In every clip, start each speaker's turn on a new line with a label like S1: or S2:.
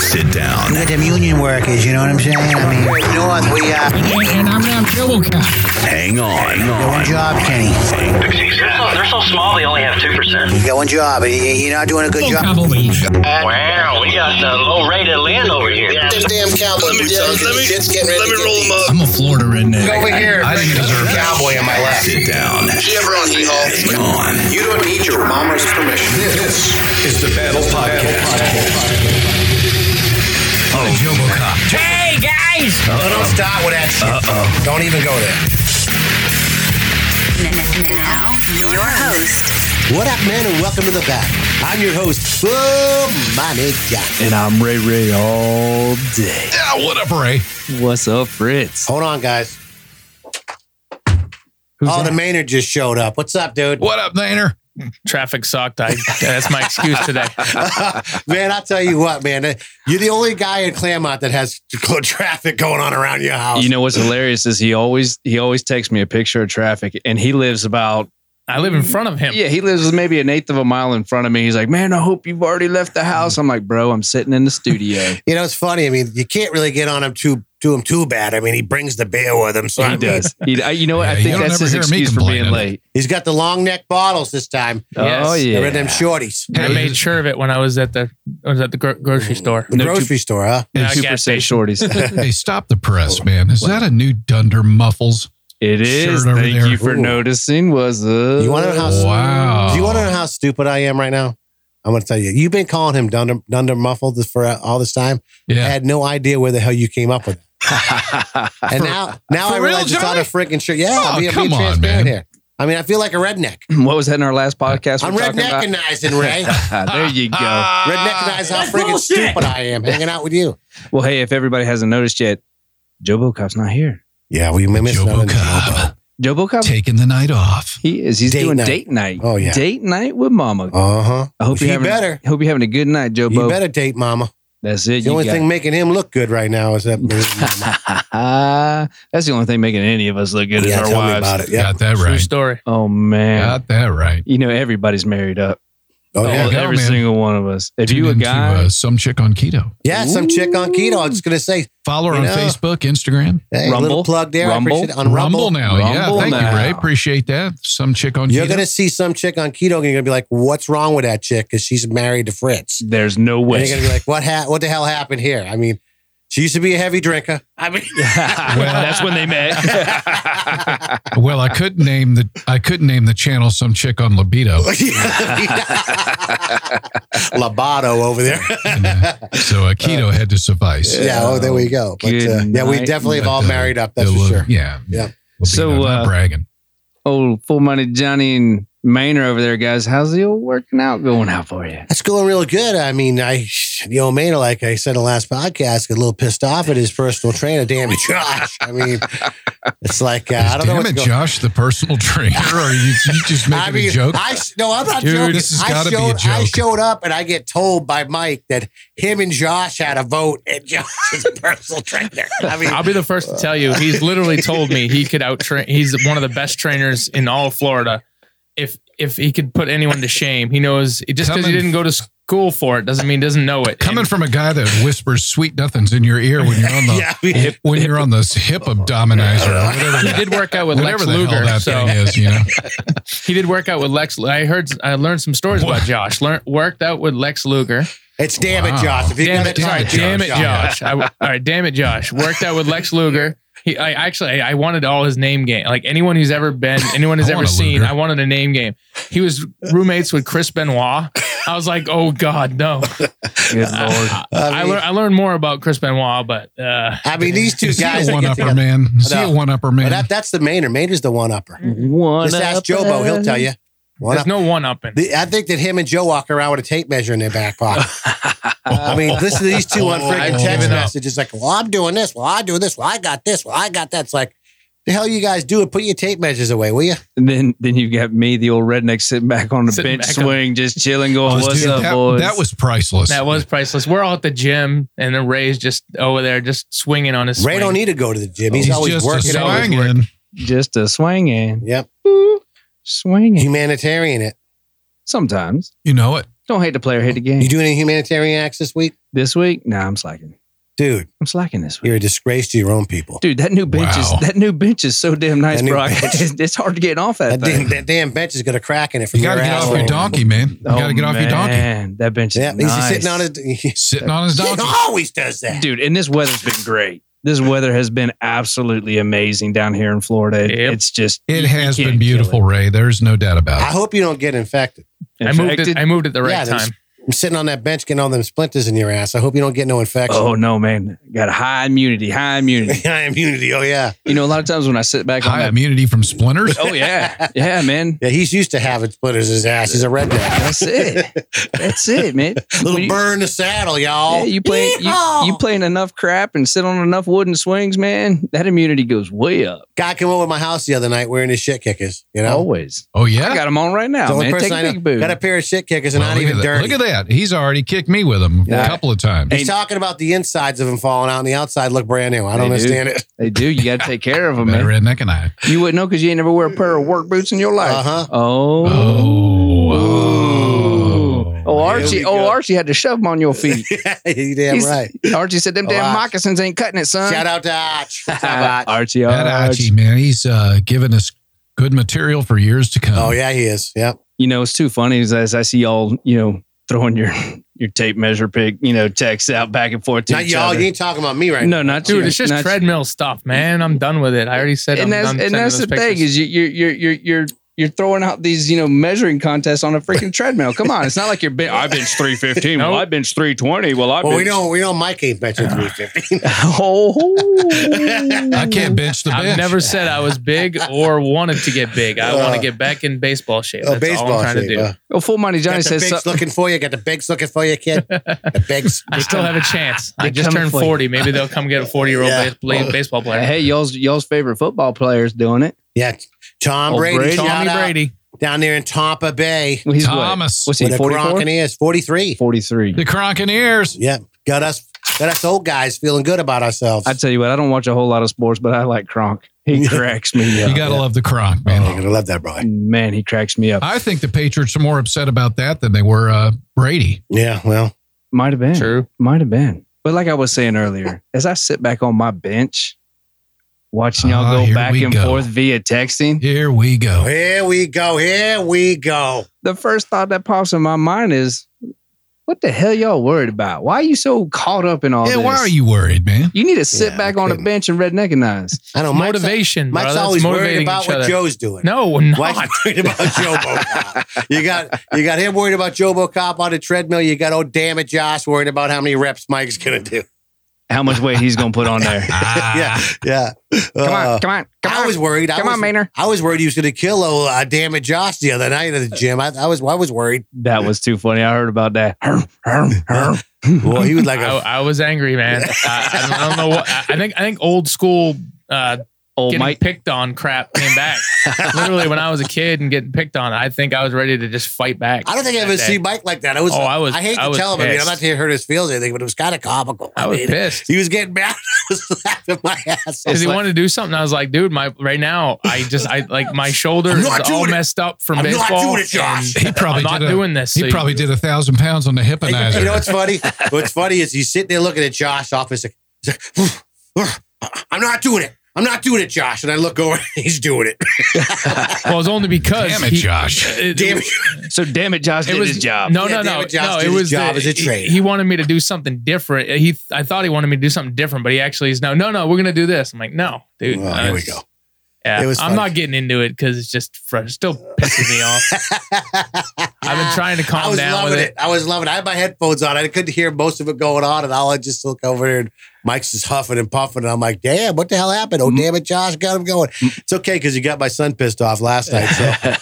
S1: Sit down.
S2: Look at them union workers, you know what I'm saying? I mean, North, we uh, are.
S3: And, and I'm now Cable Cat.
S1: Hang on.
S2: Got one job, Kenny.
S4: They're so, Oh, they're so small, they only have 2%.
S2: You got one job. and you- You're not doing a good
S3: Full
S2: job.
S3: cavalry.
S4: Wow, we got the low rated land over here.
S5: Them damn cowboys.
S6: Let me,
S5: Yeah,
S6: let me,
S5: shit's getting ready
S6: let
S5: to
S6: me
S5: get
S6: roll
S5: deep.
S6: them up.
S7: I'm a Florida redneck.
S5: Over here.
S7: I didn't deserve that.
S5: Cowboy on my left.
S1: Sit down.
S5: Chevron, Hall.
S1: Hang on.
S5: You don't need your mama's permission.
S7: This is the Battle Podcast.
S1: Oh, Jobocop.
S3: Hey, guys!
S5: Don't start with that shit. Uh-oh. Don't even go there.
S8: N- n- Now, your host,
S2: What up, man, and welcome to the back. I'm your host, Boom Money Jack.
S9: And I'm Ray Ray all day.
S7: Yeah, what up, Ray?
S9: What's up, Fritz?
S2: Hold on, guys. oh, the Maynard just showed up. What's up, dude?
S7: What up, Nainer?
S10: traffic sucked. I, that's my excuse today.
S2: man, I'll tell you what, man. You're the only guy in Claremont that has traffic going on around your house.
S9: You know what's hilarious is he always he always takes me a picture of traffic, and he lives about
S10: I live in front of him.
S9: yeah he lives maybe an eighth of a mile in front of me. He's like, man, I hope you've already left the house. I'm like, bro, I'm sitting in the studio.
S2: You know, it's funny. I mean, you can't really get on him too to him too bad. I mean, he brings the beer with him. So
S9: he
S2: I mean,
S9: does. He, I, you know what?
S7: Yeah,
S9: I
S7: you
S9: think
S7: don't
S9: that's
S7: ever
S9: his
S7: hear me
S9: excuse for being
S7: complaining.
S9: late.
S2: He's got the long neck bottles this time.
S10: Yes.
S9: Oh
S2: They're in
S9: yeah.
S2: them shorties.
S10: I made sure of it when I was at the I was at the gro- grocery store.
S2: The
S9: No, two-
S2: grocery store, huh?
S9: And
S10: Yeah,
S9: two
S10: gas
S9: percent shorties.
S7: Hey, stop the press, man. Is that a new Dunder Muffles?
S9: It is.
S7: Shirt over
S9: Thank
S7: there.
S9: you for
S2: Ooh.
S9: noticing. Was uh,
S2: You want to know how?
S7: Wow.
S2: Do you want to know how stupid I am right now? I'm going to tell you. You've been calling him Dunder, Dunder Muffled this for uh, all this time. I
S7: Yeah.
S2: had no idea where the hell you came up with it. And now, now
S7: for
S2: I
S7: real,
S2: realize it's on
S7: Johnny?
S2: a freaking shirt. Yeah,
S7: Oh,
S2: I'm being,
S7: come
S2: being
S7: on,
S2: transparent
S7: man.
S2: here. I mean, I feel like a redneck.
S9: what was that in our last podcast?
S2: I'm
S9: we're talking about?
S2: redneckinizing, Ray.
S9: there you go.
S7: Ah.
S2: Redneckinizing how freaking stupid I am hanging out with you.
S9: Well, hey, if everybody hasn't noticed yet, Joe Bocop's not here.
S2: Yeah, we missed
S7: Jobo
S2: nothing.
S7: Cobb
S9: Joe Bocop,
S7: taking the night off.
S9: he is. He's
S2: Date
S9: doing
S2: night.
S9: date night.
S2: Oh, yeah.
S9: date night with Mama.
S2: Uh huh.
S9: I hope
S2: you
S9: you're having,
S2: better.
S9: I hope you're having a good night, Joe
S2: You
S9: Bo.
S2: better date mama.
S9: That's it.
S2: The
S9: you
S2: only
S9: got-
S2: thing making him look good right now is that. yeah,
S9: That's the only thing making any of us look good is
S2: tell
S9: our
S2: me
S9: wives.
S2: about it. Yeah.
S7: Got that
S10: True
S7: right.
S10: story.
S9: Oh man.
S7: Got that right.
S9: You know everybody's married up.
S2: Oh,
S7: Yeah,
S2: yeah.
S9: All-
S7: go,
S9: every
S7: man.
S9: single one of us. If you a
S7: into,
S9: guy,
S7: uh, some chick on keto.
S9: Oh.
S2: Yeah, some chick on keto. I was just gonna say,
S7: Follow her
S2: You
S7: on
S2: know.
S7: Facebook, Instagram.
S2: hey,
S9: Rumble?
S2: little plug there.
S9: Rumble?
S2: I appreciate it. On Rumble,
S7: now.
S9: Rumble
S7: yeah. Thank
S9: now.
S7: you, Ray. Appreciate that. Some chick on
S2: you're
S7: keto.
S2: gonna see some chick on keto, and you're gonna be like, "What's wrong with that chick?" Because she's married to Fritz.
S9: there's no
S2: And you're
S9: way.
S2: gonna be like, "What? Ha- what the hell happened here?" I mean, she used to be a heavy drinker. I mean,
S9: that's when they met.
S7: well, I could name the I could name the channel some chick on libido.
S2: Labato over there.
S7: And, uh, so a keto had to suffice.
S2: yeah. Oh, there we go. But,
S9: Good
S2: uh, yeah, we
S9: night.
S2: definitely have
S7: But,
S2: all
S7: uh,
S2: married up. That's
S7: the
S2: for
S7: look-
S2: sure.
S7: Yeah.
S2: Yeah.
S9: So,
S7: So
S9: uh,
S7: not bragging.
S9: old full money Johnny and Maynard over there, guys. How's the old working out going out for you?
S2: That's going real good. I mean, I the old man, like I said in the last podcast, got a little pissed off at his personal trainer, damn it, Josh. I mean, it's like uh, I don't know
S7: Damn
S2: what's
S7: it,
S2: going.
S7: Josh, the personal trainer. Are you, you just making
S2: I mean,
S7: a joke?
S2: I s- no, I'm not
S7: Dude,
S2: joking.
S7: this has
S2: I
S7: gotta
S2: showed,
S7: be a
S2: I
S7: joke.
S2: showed up and I get told by Mike that him and Josh had a vote, and Josh is a personal trainer. I mean,
S10: I'll be the first to tell you. He's literally told me he could out train. He's one of the best trainers in all of Florida. If if he could put anyone to shame, he knows. Just because he
S7: Coming-
S10: didn't go to school for it doesn't mean he doesn't know it.
S7: Coming
S10: And
S7: from a guy that whispers sweet nothings in your ear when you're on the
S2: yeah, I mean,
S7: when you're on this hip abdominizer or whatever.
S10: he
S7: that-
S10: did work out with Lex
S7: Whatever the hell
S10: Luger.
S7: that
S10: So
S7: thing is, you know.
S10: he did work out with Lex. I heard. I learned some stories about Josh. Learned worked out with Lex Luger.
S2: it's damn it,
S7: Wow.
S2: Josh. If you
S10: damn
S2: got
S10: it, sorry,
S2: Josh,
S10: damn it, Josh. I, all right, damn it, Josh. Worked out with Lex Luger. He, I actually, I wanted all his name game. Like anyone who's ever been, anyone who's
S7: I
S10: ever
S7: want a
S10: seen,
S7: Luger.
S10: I wanted a name game. He was roommates with Chris Benoit. I was like, oh god, no.
S9: Good lord.
S10: I, lear- I learned more about Chris Benoit, but uh,
S2: I mean, these two
S7: Is he
S2: guys.
S7: a
S2: that
S7: one
S2: get
S7: upper
S2: together-
S7: man? Is he a
S2: No.
S7: one upper man?
S2: Well, that, that's the Mainer. Mainer's the one upper.
S9: One
S2: Just ask Jobo; he'll tell you. One
S10: there's
S2: up.
S10: no one up in.
S2: The- I think that him and Joe walk around with a tape measure in their back pocket. I mean, listen to these two on
S10: I've
S2: freaking text
S10: given up.
S2: messages like, "Well, I'm doing this. Well, I do this. Well, I got this. Well, I got that." It's like, the hell you guys do it? Put your tape measures away, will you?
S9: And then then you got me, the old redneck, sitting back on the
S10: Sitting
S9: bench
S10: back on-
S9: swing, just chilling, going,
S7: Dude,
S9: "What's up,
S7: that,
S9: boys?"
S7: that was priceless.
S10: That was priceless. We're all at the gym, and then Ray's just over there, just swinging on his.
S2: Ray
S10: swing.
S2: don't need to go to the gym. He's,
S7: He's
S2: always
S7: just
S2: working.
S7: a
S2: out.
S7: swangin'.
S9: just a swinging,
S2: Yep,
S9: swinging.
S2: humanitarian. It.
S9: Sometimes
S7: You know it.
S9: don't hate the player, hate the game.
S2: You do any humanitarian acts this week?
S9: This week? Nah, I'm slacking.
S2: Dude,
S9: I'm slacking this week.
S2: you're a disgrace to your own people.
S9: Dude, that new bench
S7: Wow.
S9: is that new bench is so damn nice,
S2: That new
S9: bro. I-
S2: bench.
S9: It's, it's hard to get off that,
S2: That damn,
S9: thing.
S2: that damn bench is going to crack in it from
S7: You
S2: your
S7: got to get off
S2: asshole.
S7: your donkey, man. You got to get
S9: Oh,
S7: off your donkey.
S9: donkey. That bench is
S2: Yeah, he's
S9: nice.
S2: sitting on his.
S7: Sitting on his
S2: He
S7: donkey.
S2: always does that.
S9: Dude, and this weather's been great. This weather has been absolutely amazing down here in Florida. It-
S10: Yep.
S9: It's just
S7: It
S9: you
S7: has
S9: can't kill
S7: been beautiful, Ray. There's no doubt
S2: I
S7: about it.
S2: hope you don't get infected.
S9: it.
S10: I moved
S9: Infected?
S10: it. I moved it the right
S2: there's-
S10: time.
S2: I'm sitting on that bench getting all them splinters in your ass. I hope you don't get no infection.
S9: Oh no, man! Got high immunity, high immunity.
S2: High immunity. Oh yeah,
S9: you know, a lot of times when I sit back on
S7: High
S9: that,
S7: immunity from splinters.
S9: oh yeah, yeah, man.
S2: yeah. He's used to having splinters in his ass. He's a redneck.
S9: That's it. That's it, man.
S2: Little
S9: When you-
S2: burn the saddle, y'all.
S9: Yeah, you play you,
S2: Yeehaw!
S9: you playing enough crap and sit on enough wooden swings, man. That immunity goes way up.
S2: Guy came over to my house the other night wearing his shit kickers. You know,
S9: Always.
S7: Oh
S9: I
S7: yeah.
S9: got them on right
S2: It's the
S9: now,
S2: only
S9: man. Take
S2: person I
S9: a
S2: know.
S9: big boot. Oh,
S2: Got a pair of shit kickers and
S7: Well,
S2: not
S7: look,
S2: even
S7: at that.
S2: dirty.
S7: look at that. He's already kicked me with him
S9: Yeah.
S7: a couple of times.
S2: He's talking about the insides of them falling out and the outside look brand new. I don't
S9: They do.
S2: understand it.
S9: They do. You got to take care of them,
S7: Better
S9: man.
S7: redneck and I.
S9: You wouldn't know because you ain't never wear a pair of work boots in your life.
S2: Uh-huh.
S9: Oh.
S7: Oh.
S9: Oh,
S2: Here we
S9: Archie! Oh,
S2: go.
S9: Archie had to shove them on your feet.
S2: you damn
S9: He's- uh,
S2: right.
S9: Archie said, "Them damn
S2: Wow.
S9: moccasins ain't cutting it, son."
S2: Shout out to Arch. What's up, Arch?
S9: Archie,
S7: That
S9: Archie.
S7: Archie, man, he's uh, given us good material for years to come.
S2: Oh yeah, he is. Yep.
S9: you know, it's too funny is as I see y'all, you know, throwing your your tape measure pick, you know, texts out back and forth to
S2: Not
S9: each
S2: y'all.
S9: other.
S2: You ain't talking about me right now.
S9: no, not
S10: Dude,
S9: you.
S10: it's just
S9: Not you.
S10: treadmill stuff, man. I'm done with it. I already said
S9: And
S10: I'm
S9: that's
S10: done
S9: and
S10: sending
S9: that's the
S10: those pictures.
S9: thing is you you're you're you're you're you're throwing out these you know measuring contests on a freaking treadmill. Come on, it's not like you're. Ben- I bench three fifteen.
S10: No.
S9: bench three twenty. Well, I
S2: Well, we know we know Mike ain't benching 350.
S9: Oh,
S7: I can't bench the bench.
S10: I've never said I was big or wanted to get big. I want to get back in baseball shape.
S2: Uh, Oh,
S10: That's all I'm trying
S2: shape,
S10: to do.
S2: huh?
S9: well, full money
S2: Got
S9: Johnny
S2: the
S9: says.
S2: bigs
S9: so-
S2: looking for you. Got the bigs looking for you, kid. The bigs.
S10: I still have a chance. I
S9: They
S10: just
S9: come
S10: turned
S9: for you.
S10: 40. Maybe they'll come get a 40 year
S2: Yeah.
S10: old baseball player.
S9: Hey, y'all's y'all's favorite football player's doing it.
S2: Yeah, Tom
S9: Oh,
S2: Brady.
S9: Brady.
S2: shout
S10: Tommy
S2: out
S10: Brady.
S2: down there in Tampa Bay.
S9: Well, He's what?
S7: Thomas.
S9: What's he?
S2: With the
S9: 44?
S2: Gronkineers, 43.
S9: 43.
S7: The Cronkineers.
S2: Yeah, got us, got us old guys feeling good about ourselves.
S9: I tell you what, I don't watch a whole lot of sports, but I like Kronk. He cracks me
S7: You
S9: up.
S7: got to love the Cronk,
S2: oh,
S7: man.
S2: you're gonna love that, bro.
S9: Man, he cracks me up.
S7: I think the Patriots are more upset about that than they were uh, Brady.
S2: Yeah, well,
S9: Might have been.
S10: True.
S9: Might have been. But like I was saying earlier, as I sit back on my bench, watching y'all
S7: Ah,
S9: go
S7: here
S9: back
S7: we
S9: and
S7: go.
S9: forth via texting,
S7: Here we go.
S2: here we go, here we go.
S9: the first thought that pops in my mind is, what the hell y'all worried about? Why are you so caught up in all
S7: yeah,
S9: this?
S7: why are you worried, man?
S9: You need to sit
S2: Yeah,
S9: back
S2: I
S9: on the
S2: couldn't.
S9: bench and redneck and eyes.
S2: I know Mike's,
S10: Motivation. bro.
S2: Mike's
S10: That's
S2: always worried
S10: motivating
S2: about
S10: each
S2: what
S10: other.
S2: Joe's doing.
S10: No, I'm
S2: Mike's
S10: not.
S2: worried about Joe Bocop. You got you got him worried about Joe Bocop on the treadmill. You got old damn it, Josh worried about how many reps Mike's gonna do.
S9: How much weight he's gonna put on there?
S2: yeah,
S10: Ah.
S2: yeah.
S9: Come
S2: Uh,
S9: on, come on, come
S2: I
S9: on.
S2: was worried. I
S9: Come
S2: was,
S9: on, Maynard.
S2: I was worried he was going to kill old uh, damn it, Josh the other night at the gym. I, I was, I was worried.
S9: That was too funny. I heard about that.
S2: Well, he was like, a,
S10: I, I was angry, man. I, I don't know what. I, I think. I think old school uh,
S9: Old
S10: getting
S9: Oh, Mike.
S10: picked on crap came back. Literally, when I was a kid and getting picked on, I think I was ready to just fight back.
S2: I don't think I
S10: that
S2: ever
S10: day.
S2: seen Mike like that. I was,
S10: Oh, I was-
S2: I hate
S10: I
S2: to
S10: was
S2: tell him. I mean, I'm
S10: pissed.
S2: not to hurt his feelings or anything, but it was kind of comical.
S10: I was
S2: mean,
S10: pissed.
S2: He was getting mad. I was laughing my ass. off.
S10: Because he wanted to do something, I was like, "Dude, my right now, I just, I like my shoulder
S2: I'm
S10: is
S2: not doing
S10: all
S2: it.
S10: messed up from
S2: I'm not
S10: baseball.
S2: doing it, Josh.
S10: and
S7: He probably
S10: I'm not
S7: did a-
S10: doing this. so
S7: He
S10: you-
S7: probably did a thousand pounds on the
S2: And you-
S7: hypnotizer.
S2: you know what's funny? What's funny is he's sitting there looking at Josh's office. Like, he's like, "Ugh, ugh, I'm not doing it. I'm not doing it, Josh. And I look over, he's doing it.
S10: Well, it's only because
S7: Damn it,
S10: he-
S7: Josh.
S10: It,
S2: Damn it.
S9: So damn it, Josh
S10: it
S9: did
S10: was
S9: his job.
S10: No, no,
S2: Yeah,
S10: no,
S2: David Johnson
S10: no.
S2: did
S10: It
S2: his
S10: was
S2: job
S10: the-
S2: as a
S10: he-
S2: trainer.
S10: He, wanted me to do something different. He, I thought he wanted me to do something different, but he actually is no, no, no. We're gonna do this. I'm like, no, dude.
S2: Well,
S10: uh,
S2: here we go.
S10: Yeah,
S2: It was
S10: I'm
S2: fun.
S10: not getting into it because it's just fr- still pisses me off. I've been trying to
S2: I
S10: calm
S2: was
S10: down
S2: loving
S10: with
S2: it.
S10: it.
S2: I was loving it. I had my headphones on. I couldn't hear most of it going on. And all I just look over there and Mike's just huffing and puffing. And I'm like, damn, what the hell happened? Oh, damn it, Josh got him going. It's okay because you got my son pissed off last night.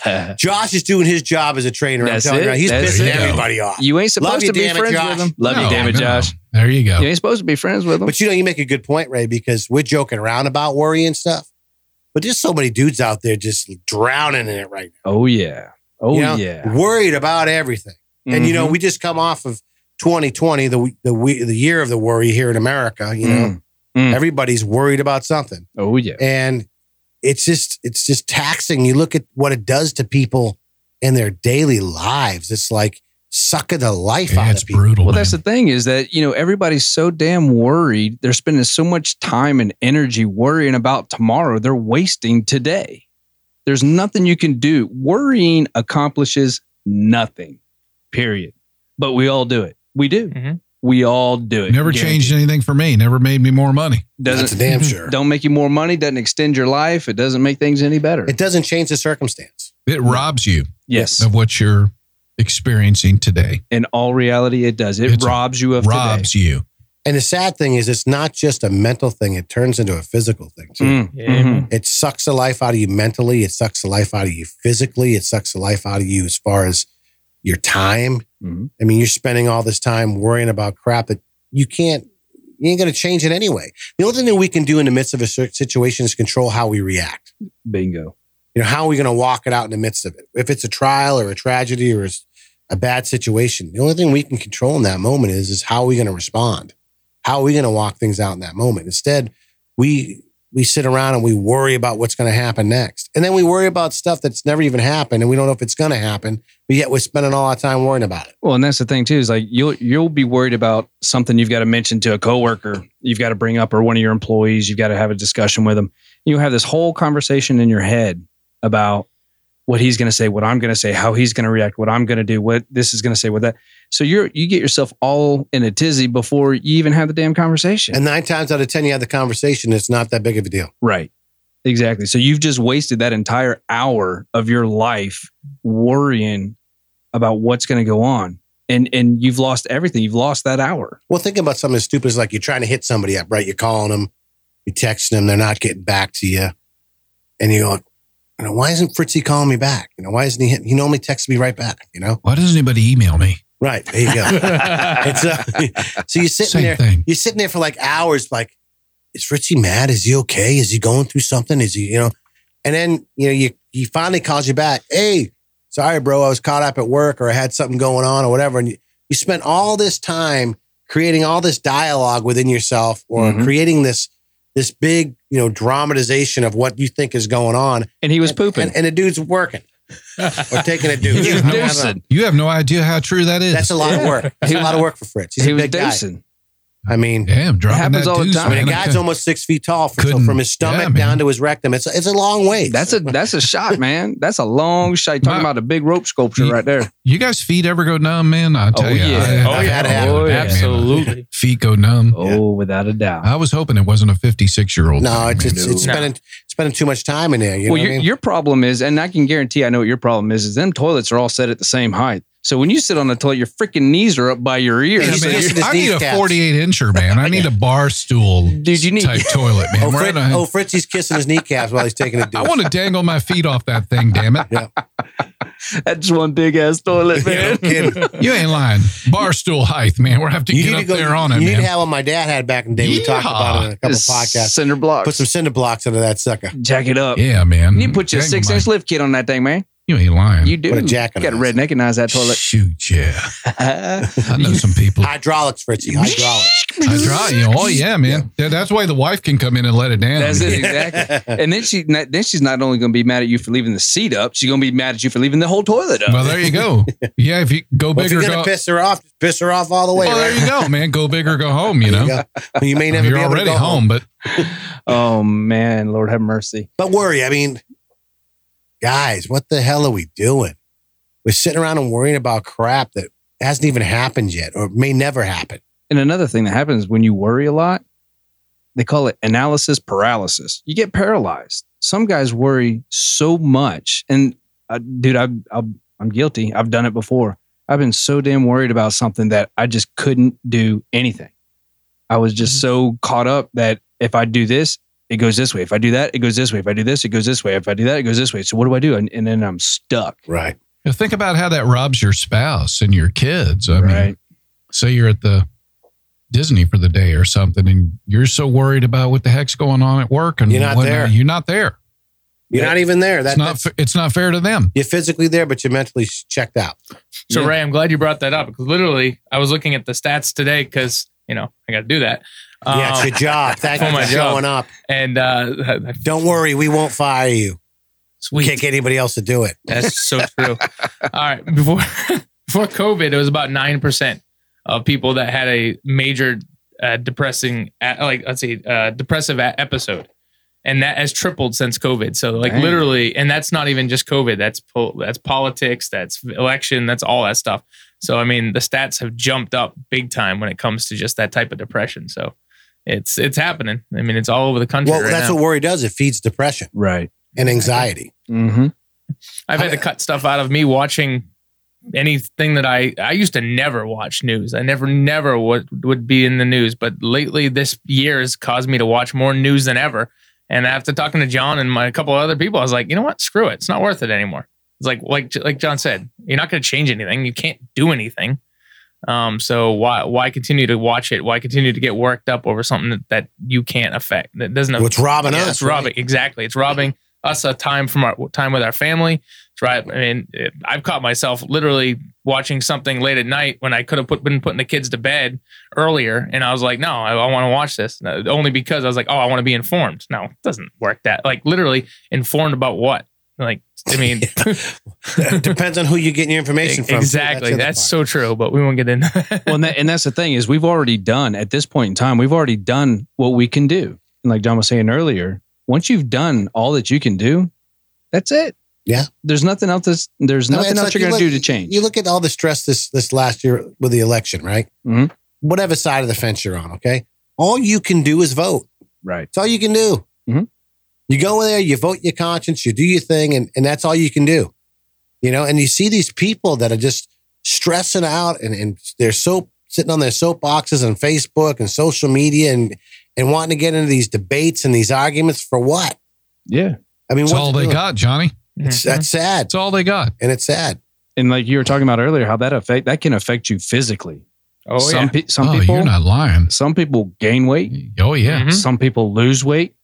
S2: So Josh is doing his job as a trainer.
S9: That's
S2: I'm telling
S9: it.
S2: you, right. he's
S9: That's
S2: pissing
S7: it.
S2: everybody off.
S9: you ain't
S2: Love
S9: supposed
S2: you,
S9: to be
S2: damn it,
S9: friends
S2: Josh.
S9: with him. Love
S7: No,
S9: you, damn it,
S7: no.
S9: Josh.
S7: There you go.
S9: You ain't supposed to be friends with him.
S2: But you know, you make a good point, Ray, because we're joking around about worry and stuff. But there's so many dudes out there just drowning in it right now.
S9: oh yeah. Oh
S2: You know,
S9: yeah.
S2: Worried about everything. And you know,
S9: Mm-hmm.
S2: we just come off of 2020, the the we, the year of the worry here in America. You know,
S9: Mhm. Mm.
S2: everybody's worried about something,
S9: Oh yeah.
S2: and it's just it's just taxing. You look at what it does to people in their daily lives. It's like sucking the life
S7: Yeah,
S2: out
S7: it's
S2: of people.
S7: brutal.
S9: Well,
S7: man.
S9: that's the thing is that, you know, everybody's so damn worried. They're spending so much time and energy worrying about tomorrow. They're wasting today. There's nothing you can do. Worrying accomplishes nothing, period. But we all do it. We do.
S10: Mhm.
S9: We all do it.
S7: Never changed anything for me. Never made me more money.
S2: That's
S9: Doesn't,
S2: damn sure.
S9: don't make you more money. Doesn't extend your life. It doesn't make things any better.
S2: It doesn't change the circumstance.
S7: It robs you
S9: yes.
S7: of what you're experiencing today.
S9: In all reality, it does. It
S7: It's-
S9: robs you of
S7: robs you.
S2: And the sad thing is, it's not just a mental thing; it turns into a physical thing too.
S9: today. Mm,
S10: Yeah.
S9: mhm.
S2: It sucks the life out of you mentally. It sucks the life out of you physically. It sucks the life out of you as far as your time.
S9: Mhm.
S2: I mean, you're spending all this time worrying about crap that you can't. You ain't going to change it anyway. The only thing that we can do in the midst of a cer- situation is control how we react.
S9: Bingo.
S2: you know how are we going to walk it out in the midst of it if it's a trial or a tragedy or it's a bad situation the only thing we can control in that moment is is how are we going to respond how are we going to walk things out in that moment instead we we sit around and we worry about what's going to happen next and then we worry about stuff that's never even happened and we don't know if it's going to happen but yet we're spending all our time worrying about it
S9: Well, and that's the thing too is like you'll you'll be worried about something you've got to mention to a coworker, you've got to bring up, or one of your employees, you've got to have a discussion with them. You have this whole conversation in your head about what he's going to say, what I'm going to say, how he's going to react, what I'm going to do, what this is going to say, what that. So you're you get yourself all in a tizzy before you even have the damn conversation.
S2: and nine times out of ten you have the conversation it's not that big of a deal
S9: right. Exactly. So you've just wasted that entire hour of your life worrying about what's going to go on. And and you've lost everything. You've lost that hour.
S2: Well, think about something as stupid as like you're trying to hit somebody up, right? You're calling them, you're texting them, they're not getting back to you. And you're going, you know, why isn't Fritzy calling me back? You know, why isn't he hitting? He normally texts me right back, you know?
S7: Why doesn't anybody email me?
S2: Right. There you go. And so, uh, so you're sitting
S7: Same
S2: there,
S7: thing.
S2: you're sitting there for like hours, like, is Fritzy mad? Is he okay? Is he going through something? Is he, you know? And then, you know, you, he finally calls you back. Hey, sorry, bro. I was caught up at work or I had something going on or whatever. And you, you spent all this time creating all this dialogue within yourself or
S9: Mhm.
S2: creating this, this big, you know, dramatization of what you think is going on.
S9: and he was pooping.
S2: And, and the dude's working or taking a dude.
S9: he was deucing.
S7: You have no idea how true that is.
S2: That's a lot of work. It's a lot of work for Fritz. He's
S9: He
S2: a
S9: was
S2: big guy.
S9: deucing.
S2: I mean,
S7: Damn, dropping
S9: happens
S7: that
S9: all the
S7: deuce,
S9: time.
S2: I mean,
S7: man.
S2: the guy's almost six feet tall, from, so
S7: Couldn't-
S2: from his stomach
S7: yeah, man.
S2: down to his rectum. It's it's a long way.
S9: That's a that's a shot, man. That's a long shot. You're talking
S7: My-
S9: about a big rope sculpture
S7: You-
S9: right there.
S7: You guys' feet ever go numb, man? I tell
S9: Oh,
S7: you,
S9: yeah.
S7: I-
S10: Oh,
S7: I-
S10: yeah.
S7: I-
S9: Oh, yeah.
S7: man,
S10: Absolutely.
S7: Feet go numb.
S9: Oh, without a doubt.
S2: Uh,
S7: I was hoping it wasn't a 56 year old.
S2: no, it's it's, it's
S10: No.
S2: spending spending too much time in there. You know
S9: well,
S2: what I
S9: your,
S2: mean?
S9: your problem is, and I can guarantee I know what your problem is, is them toilets are all set at the same height. So when you sit on the toilet, your freaking knees are up by your ears.
S2: Yeah, he's
S9: man.
S2: just-
S9: You're-
S2: his
S7: I need a
S2: kneecaps.
S7: 48 incher, man. I need a bar stool
S9: Dude, you need-
S7: type toilet, man.
S2: oh,
S7: We're
S2: Fritz,
S7: in a-
S2: oh, Fritzy's kissing his kneecaps while he's taking a
S7: I
S2: deuce.
S7: want to dangle my feet off that thing, damn it.
S9: that's one big ass toilet, man.
S7: You ain't lying. Bar stool height, man. We're gonna have to
S2: You
S7: get
S2: need
S7: up
S2: to go.
S7: there on it,
S2: you need to
S7: man.
S2: have what my dad had back in the day. We talked about it in a couple
S9: Just
S2: podcasts.
S9: Cinder blocks.
S2: Put some cinder blocks under that sucker.
S9: jack it up.
S7: yeah, man.
S9: You need to put your
S7: Dangle
S9: six
S7: my-
S9: inch lift kit on that thing, man.
S7: You ain't lying.
S9: You do.
S2: Put a
S9: got
S2: jack on
S9: to
S2: it.
S9: redneckinize that toilet.
S7: Shoot, yeah. I know some people.
S2: Hydraulics, Fritzy. Hydraulics.
S7: I try. You know, oh yeah, man. That- That's why the wife can come in and let it down.
S9: That's it exactly. And then she then she's not only going to be mad at you for leaving the seat up, she's going to be mad at you for leaving the whole toilet up.
S7: Well, there you go. Yeah, if you go
S2: Well, if
S7: big
S2: you're
S7: or
S2: gonna
S7: go,
S2: piss her off, just piss her off all the way.
S7: well, there
S2: right?
S7: you go, man. Go big or go home. You
S2: There
S7: know,
S2: you go. Well, you may never
S7: you're
S2: be able to
S7: already
S2: go
S7: home, but
S9: oh man, Lord have mercy.
S2: But worry, I mean, guys, what the hell are we doing? We're sitting around and worrying about crap that hasn't even happened yet or may never happen.
S9: And another thing that happens when you worry a lot, they call it analysis paralysis. You get paralyzed. Some guys worry so much, and uh, dude, I, I I'm guilty. I've done it before. I've been so damn worried about something that I just couldn't do anything. I was just so caught up that if I do this, it goes this way. If I do that, it goes this way. If I do this, it goes this way. If I do that, it goes this way. So what do I do? And, and then I'm stuck.
S2: Right.
S7: you know, think about how that robs your spouse and your kids. I mean,
S9: right.
S7: say you're at the Disney for the day or something, and you're so worried about what the heck's going on at work, and
S2: You're not
S7: whatnot,
S2: there.
S7: You're not there.
S2: You're not even there. That,
S7: it's not.
S2: that's,
S7: fa- It's not fair to them.
S2: you're physically there, but you're mentally checked out.
S10: So
S9: Yeah.
S10: Ray, I'm glad you brought that up because literally I was looking at the stats today because you know I got to do that. Um,
S2: yeah, it's your job. Thank
S10: for
S2: you for
S10: my job.
S2: showing up.
S10: and uh,
S2: Don't worry, we won't fire you. We
S10: sweet,
S2: can't get anybody else to do it.
S10: that's so true. All right, before before COVID, it was about nine percent of people that had a major uh, depressing, uh, like let's say, uh, depressive a- episode, and that has tripled since COVID. So, like
S9: Dang.
S10: literally, and that's not even just COVID. That's po- that's politics, that's election, that's all that stuff. So, I mean, the stats have jumped up big time when it comes to just that type of depression. So, it's it's happening. I mean, it's all over the country.
S2: Well,
S10: right
S2: that's
S10: now.
S2: what worry does. It feeds depression
S9: Right.
S2: and anxiety.
S9: Mm-hmm.
S10: I've had to cut stuff out of me watching anything that I I used to never watch news. I never never would would be in the news, but lately this year has caused me to watch more news than ever. And after talking to John and my a couple other people, I was like, you know what? Screw it. It's not worth it anymore. It's like like like John said, you're not going to change anything. You can't do anything. Um, so why why continue to watch it? Why continue to get worked up over something that, that you can't affect? That doesn't affect
S2: What's robbing
S10: yeah,
S2: us?
S10: It's robbing exactly. It's robbing us a time from our time with our family. It's right. I mean, it, I've caught myself literally watching something late at night when I could have put, been putting the kids to bed earlier, and I was like, no, I, want to watch this No, only because I was like, oh, I want to be informed. No, it doesn't work that. Like literally informed about what? Like I mean,
S2: Depends on who you're getting your information from.
S10: exactly.
S2: the
S10: That's
S2: part.
S10: so true, but we won't get into. Mhm. that.
S9: well, and, that, and that's the thing is we've already done at this point in time. We've already done what we can do, and like John was saying earlier, once you've done all that you can do, that's it.
S2: Yeah.
S9: There's nothing else. That's, there's
S2: I mean,
S9: nothing
S2: it's
S9: else
S2: like
S9: you're
S2: you
S9: gonna do
S2: look-
S9: to change.
S2: You look at all the stress this this last year with the election, right?
S9: Mhm.
S2: Whatever side of the fence you're on, okay. All you can do is vote.
S9: right.
S2: It's all you can do.
S9: Mhm.
S2: You go in there, you vote your conscience, you do your thing, and, and that's all you can do. You know, and you see these people that are just stressing out and, and they're so sitting on their soapboxes on Facebook and social media and and wanting to get into these debates and these arguments for what?
S9: Yeah.
S2: I mean,
S7: It's
S2: what's
S7: all
S2: it
S7: they
S2: doing?
S7: got, Johnny.
S2: It's,
S10: Mhm.
S2: that's sad.
S7: It's all they got.
S2: And it's sad.
S9: And like you were talking about earlier, how that affect that can affect you physically.
S10: oh
S9: some
S10: yeah.
S9: pe- some
S7: oh,
S9: people
S7: you're not lying.
S9: some people gain weight.
S7: Oh yeah.
S10: Mhm.
S9: Some people lose weight.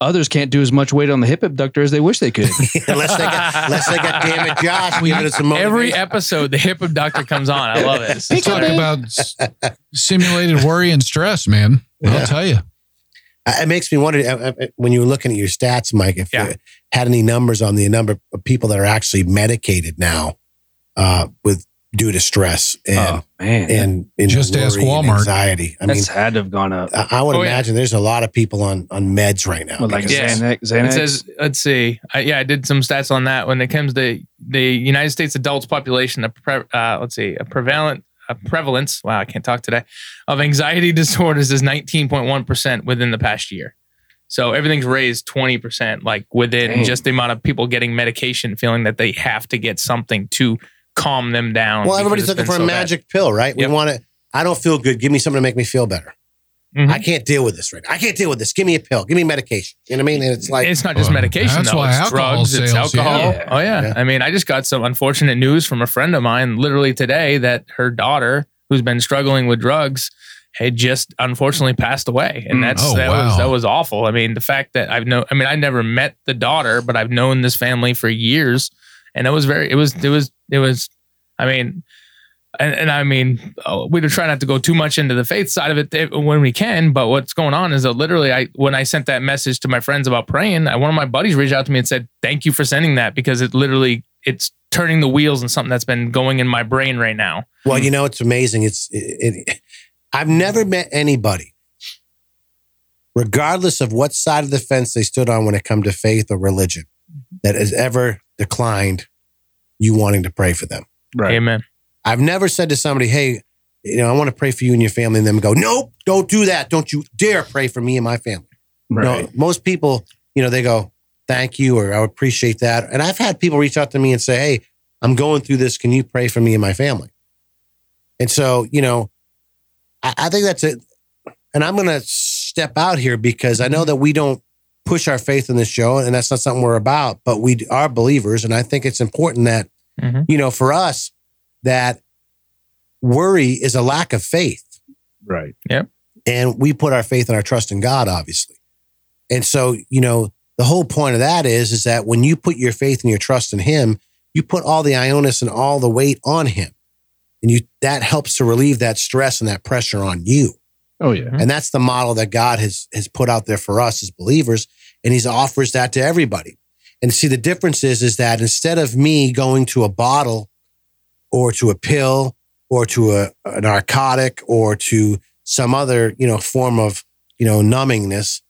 S9: Others can't do as much weight on the hip abductor as they wish they could.
S2: unless they got, unless they got damn it, Josh, we need some
S10: Every
S2: motivation.
S10: episode, the hip abductor comes on. I love it. It's
S7: Let's talk
S10: hilarious.
S7: about s- simulated worry and stress, man.
S2: Yeah.
S7: I'll tell you.
S2: I- It makes me wonder uh, uh, when you were looking at your stats, Mike, if
S10: Yeah.
S2: you had any numbers on the number of people that are actually medicated now uh, with due to stress and
S9: oh man,
S2: and you know,
S7: Just ask
S2: worry and
S7: Walmart.
S2: anxiety. I mean,
S9: that's had to have gone up.
S2: I, I would
S10: Oh, yeah.
S2: imagine there's a lot of people on on meds right now.
S9: With like
S2: because-
S10: Yeah.
S9: Xanax, Xanax.
S10: It says, let's see. I, yeah, I did some stats on that. When it comes to the United States adults population, the pre, uh, let's see, a prevalent a prevalence. Wow, I can't talk today. Of anxiety disorders is 19.1 percent within the past year. So everything's raised 20 percent, like within
S9: Dang.
S10: just the amount of people getting medication, feeling that they have to get something to calm them down.
S2: well,
S10: because
S2: everybody's
S10: it's
S2: looking
S10: been
S2: for a
S10: so bad.
S2: magic pill, right?
S10: Yep.
S2: We want to. I don't feel good. Give me something to make me feel better.
S10: Mhm.
S2: I can't deal with this right. now. I can't deal with this. Give me a pill. Give me medication. You know what I mean? And it's like
S10: it's not just
S7: Uh,
S10: medication
S7: that's
S10: though.
S7: why
S10: it's
S7: alcohol
S10: drugs, it's
S7: sales, yeah.
S10: alcohol.
S9: Yeah.
S10: Oh yeah.
S2: Yeah.
S10: I mean, I just got some unfortunate news from a friend of mine literally today that her daughter, who's been struggling with drugs, had just unfortunately passed away. And
S9: Mm.
S10: that's
S7: Oh,
S10: that was
S7: wow.
S10: that was awful. I mean, the fact that I've known I mean, I never met the daughter, but I've known this family for years. And it was very it was it was it was I mean and, and I mean, uh, we don't try not to go too much into the faith side of it th- when we can. But what's going on is that literally, I when I sent that message to my friends about praying, I, one of my buddies reached out to me and said, "Thank you for sending that because it literally it's turning the wheels and something that's been going in my brain right now."
S2: Well, you know, it's amazing. It's it, it, I've never met anybody, regardless of what side of the fence they stood on when it come to faith or religion, that has ever declined you wanting to pray for them.
S9: right.
S10: Amen.
S2: I've never said to somebody, "Hey, you know, I want to pray for you and your family," and them go, "Nope, don't do that. Don't you dare pray for me and my family."
S9: right.
S2: No, most people, you know, they go, thank you, or I appreciate that. And I've had people reach out to me and say, hey, I'm going through this. Can you pray for me and my family? And so, you know, I, I think that's it. And I'm going to step out here because I know that we don't push our faith in this show, and that's not something we're about, but we are believers. And I think it's important that,
S10: Mhm.
S2: you know, for us, that worry is a lack of faith
S9: Right.
S2: and we put our faith and our trust in God, obviously. And so, you know, the whole point of that is, is that when you put your faith and your trust in Him, you put all the ionis and all the weight on Him, and you that helps to relieve that stress and that pressure on you.
S9: Oh yeah.
S2: And that's the model that God has has put out there for us as believers, and He's offers that to everybody. And see, the difference is is that instead of me going to a bottle or to a pill or to a, a narcotic or to some other, you know, form of, you know, numbingness,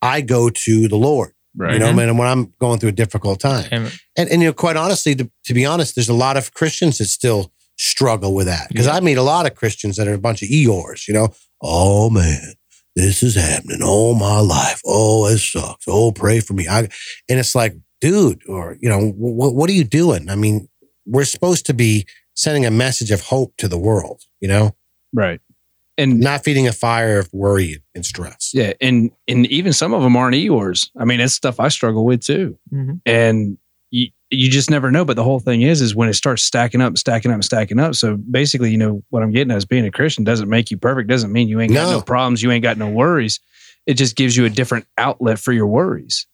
S2: I go to the Lord.
S7: Right.
S2: You
S10: Mm-hmm.
S2: know, man, when I'm going through a difficult time.
S10: Amen.
S2: And, and you know, quite honestly, to, to be honest, there's a lot of Christians that still struggle with that because I meet a lot of Christians that are a bunch of Eeyores, you know. Oh man, this is happening. Oh my life. Oh, it sucks. Oh, pray for me. I, and it's like, dude, or you know, what what are you doing? I mean, we're supposed to be sending a message of hope to the world, you know,
S9: Right. And
S2: not feeding a fire of worry and stress.
S9: yeah, and and even some of them aren't Eeyores. I mean, it's stuff I struggle with too.
S10: Mhm.
S9: And you, you just never know. But the whole thing is, is when it starts stacking up, stacking up, stacking up. So basically, you know what I'm getting at is being a Christian doesn't make you perfect. Doesn't mean you ain't got
S2: No.
S9: no problems. You ain't got no worries. It just gives you a different outlet for your worries.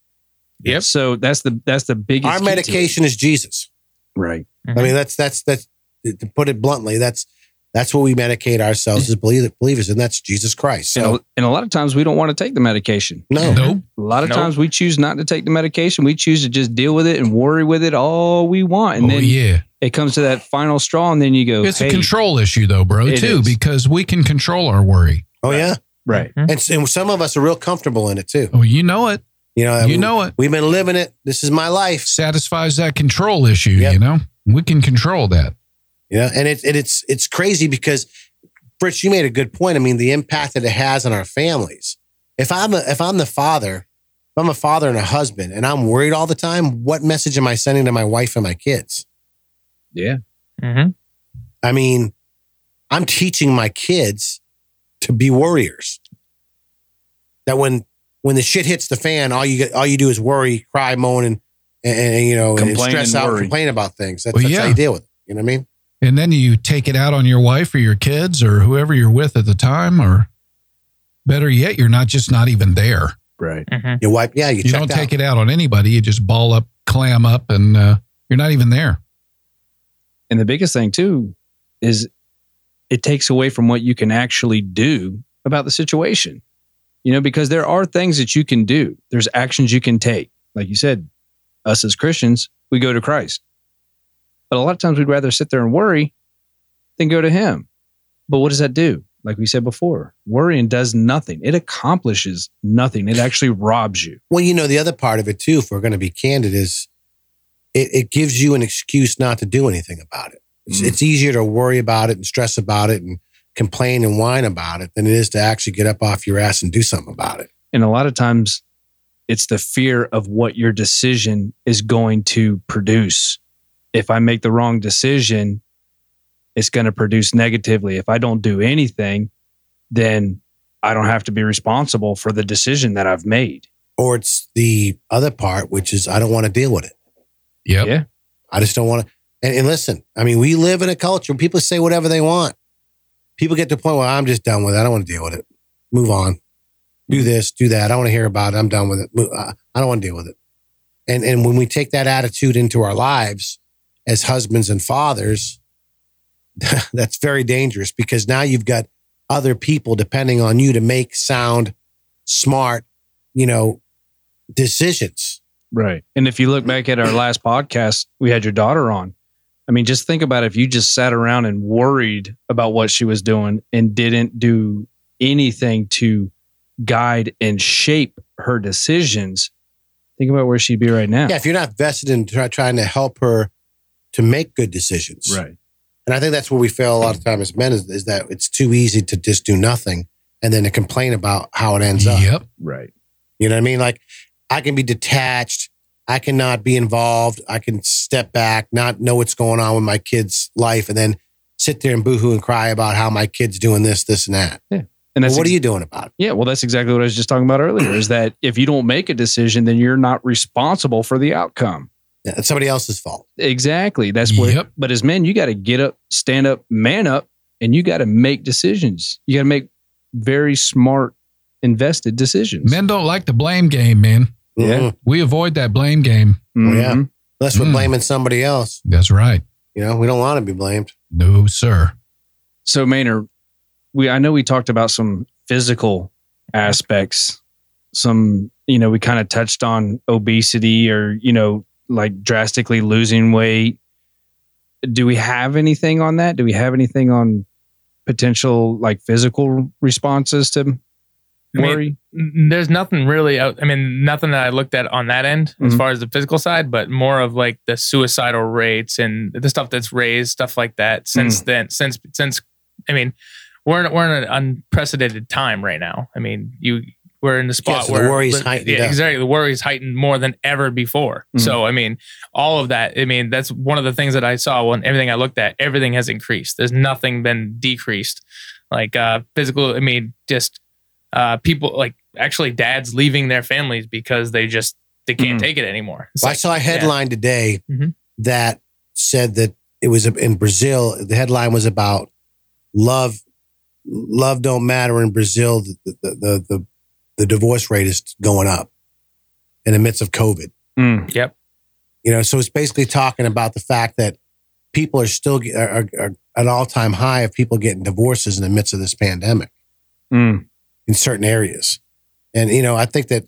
S10: Yep.
S9: So that's the that's the biggest
S2: Our
S9: key to it.
S2: medication is Jesus.
S9: right?
S2: I mean, that's that's that's to put it bluntly, that's that's what we medicate ourselves as believe- believers, and that's Jesus Christ.
S9: And
S2: So
S9: a- and a lot of times we don't want to take the medication.
S2: no,
S7: Nope.
S9: A lot of
S10: Nope.
S9: times we choose not to take the medication. We choose to just deal with it and worry with it all we want. And
S7: oh
S9: then
S7: yeah.
S9: it comes to that final straw, and then you go,
S7: It's a
S9: "Hey."
S7: control issue though, bro,
S9: It
S7: too,
S9: is.
S7: because we can control our worry.
S2: oh yeah,
S9: Right.
S2: and, s- and some of us are real comfortable in it too.
S7: Oh, you know it.
S2: You know,
S7: You know it.
S2: we've been living it. This is my life.
S7: Satisfies that control issue,
S2: Yep.
S7: you know? We can control that.
S2: You know, and it's and it's it's crazy because, Fritz, you made a good point. I mean, the impact that it has on our families. If I'm a, if I'm the father, if I'm a father and a husband, and I'm worried all the time, what message am I sending to my wife and my kids?
S10: Mm-hmm.
S2: I mean, I'm teaching my kids to be warriors. That when when the shit hits the fan, all you get, all you do is worry, cry, moan, and and, and, you know, and
S9: Complain
S2: stress
S9: and
S2: out, and
S9: worry.
S2: complain about things. That's,
S7: Well,
S2: that's how
S7: yeah.
S2: you deal with it. You know what I mean?
S7: And then you take it out on your wife or your kids or whoever you're with at the time, or better yet, you're not just not even there.
S9: Right.
S10: Mm-hmm.
S2: You wipe, yeah, you,
S7: You
S2: check
S7: don't
S2: out.
S7: take it out on anybody. You just ball up, clam up, and uh, you're not even there.
S9: And the biggest thing too is it takes away from what you can actually do about the situation. You know, because there are things that you can do. There's actions you can take. Like you said, us as Christians, we go to Christ. But a lot of times we'd rather sit there and worry than go to him. But what does that do? Like we said before, worrying does nothing. It accomplishes nothing. It actually robs you.
S2: Well, you know, the other part of it too, if we're going to be candid, is it, it gives you an excuse not to do anything about it. It's,
S7: Mm.
S2: it's easier to worry about it and stress about it and complain and whine about it than it is to actually get up off your ass and do something about it.
S9: And a lot of times it's the fear of what your decision is going to produce. If I make the wrong decision, it's going to produce negatively. If I don't do anything, then I don't have to be responsible for the decision that I've made.
S2: Or it's the other part, which is I don't want to deal with it.
S7: Yep.
S9: Yeah.
S2: I just don't want to. And, and listen, I mean, we live in a culture. where People say whatever they want. People get to the point where I'm just done with it. I don't want to deal with it. Move on. Do this, do that. I don't want to hear about it. I'm done with it. Mo- I I don't want to deal with it. And and when we take that attitude into our lives as husbands and fathers, that's very dangerous because now you've got other people depending on you to make sound, smart, you know, decisions.
S9: Right. And if you look back at our last podcast, we had your daughter on. I mean, just think about if you just sat around and worried about what she was doing and didn't do anything to guide and shape her decisions. Think about where she'd be right now.
S2: yeah, if you're not vested in try, trying to help her to make good decisions,
S9: Right. Mm.
S2: and I think that's where we fail a lot of time as men is, is that it's too easy to just do nothing and then to complain about how it ends up.
S7: Yep.
S9: Right.
S2: You know what I mean? Like I can be detached, I cannot be involved, I can step back, not know what's going on with my kid's life, and then sit there and boohoo and cry about how my kid's doing this, this, and that.
S9: And
S2: Well,
S9: that's
S2: what
S9: ex-
S2: are you doing about it?
S9: Yeah, well, that's exactly what I was just talking about earlier is that if you don't make a decision, then you're not responsible for the outcome.
S2: Yeah, It's somebody else's fault.
S9: Exactly. That's where.
S7: Yep.
S9: But as men, you got to get up, stand up, man up, and you got to make decisions. You got to make very smart, invested decisions.
S7: Men don't like the blame game, man.
S2: Mhm.
S7: We avoid that blame game.
S9: Mhm.
S2: Oh, yeah. Unless we're
S7: Mm.
S2: blaming somebody else.
S7: That's right.
S2: You know, we don't want to be blamed.
S7: No, sir.
S9: So Maynard, we I know we talked about some physical aspects. Some you know we kind of touched on obesity or you know like drastically losing weight. do we have anything on that? Do we have anything on potential like physical responses to
S10: I mean,
S9: worry?
S10: N- There's nothing really. out- I mean, nothing that I looked at on that end as
S2: Mm-hmm.
S9: Mhm.
S10: far as the physical side, but more of like the suicidal rates and the stuff that's raised, stuff like that.
S2: Mm.
S10: Since then, since since, I mean, we're in, we're in an unprecedented time right now. I mean, you we're in the spot
S2: Yeah, Mm-hmm. so the
S10: where
S2: worry's heightened
S10: Yeah,
S2: up.
S10: exactly. The worry's heightened more than ever before.
S9: Mhm.
S10: So I mean, all of that. I mean, that's one of the things that I saw when everything I looked at, everything has increased. There's nothing been decreased. Like uh physical, I mean, just uh people like actually dads leaving their families because they just they can't
S9: Mhm.
S10: take it anymore. It's
S2: Well, I
S10: like,
S2: saw a headline today
S10: Mhm.
S2: that said that it was in Brazil. The headline was about love. Love don't matter in Brazil. The the the, the, the divorce rate is going up in the midst of COVID.
S9: Mm.
S10: Yep.
S2: You know, so it's basically talking about the fact that people are still ge- are, are, are an all time high of people getting divorces in the midst of this pandemic
S9: Mm.
S2: in certain areas. And you know, I think that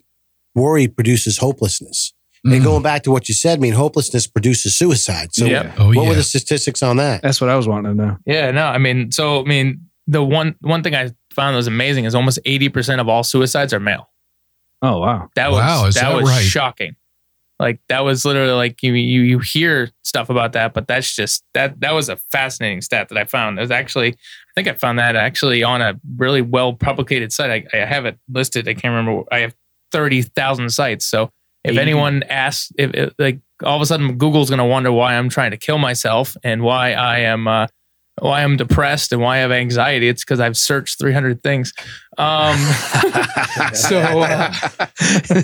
S2: worry produces hopelessness. And going back to what you said, I mean, hopelessness produces suicide. So,
S10: Yep.
S7: oh,
S2: what
S7: yeah.
S2: were the statistics on that?
S9: That's what I was wanting to know.
S10: Yeah, no, I mean, so I mean, the one one thing I found that was amazing is almost eighty percent of all suicides are male.
S9: Oh wow.
S10: That
S7: Wow,
S10: was
S7: is
S10: that,
S7: that
S10: was
S7: right?
S10: shocking. Like that was literally like you you you hear stuff about that, but that's just that that was a fascinating stat that I found. It was actually I think I found that actually on a really well publicated site. I, I have it listed. I can't remember. I have thirty thousand sites. So if anyone asks, if, if like all of a sudden Google's going to wonder why I'm trying to kill myself and why I am uh, why I'm depressed and why I have anxiety, it's because I've searched three hundred things. Um, so. Uh, so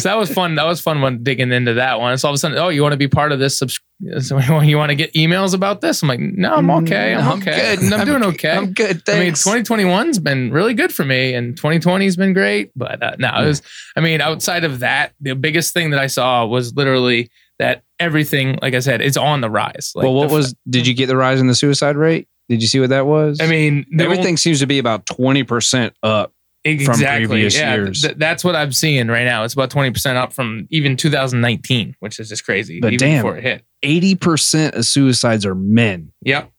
S10: that was fun. That was fun when digging into that one. It's all of a sudden, oh, you want to be part of this? Subs- so you want to get emails about this? I'm like, no, I'm okay. I'm,
S9: Mm, I'm
S10: okay.
S9: good.
S10: I'm, doing okay.
S9: I'm good. Thanks.
S10: I mean, 2021's been really good for me, and 2020's been great. But uh, no, it was. I mean, outside of that, the biggest thing that I saw was literally that everything, like I said, is on the rise. Like
S9: well, what
S10: the-
S9: was? Did you get the rise in the suicide rate? Did you see what that was?
S10: I mean, the
S9: everything seems to be about twenty percent up. previous years.
S10: th- that's what I'm seeing right now. It's about 20% up from even 2019, which is just crazy.
S9: But
S10: even
S9: damn.
S10: before it hit.
S9: Eighty percent of suicides are men.
S10: Yep.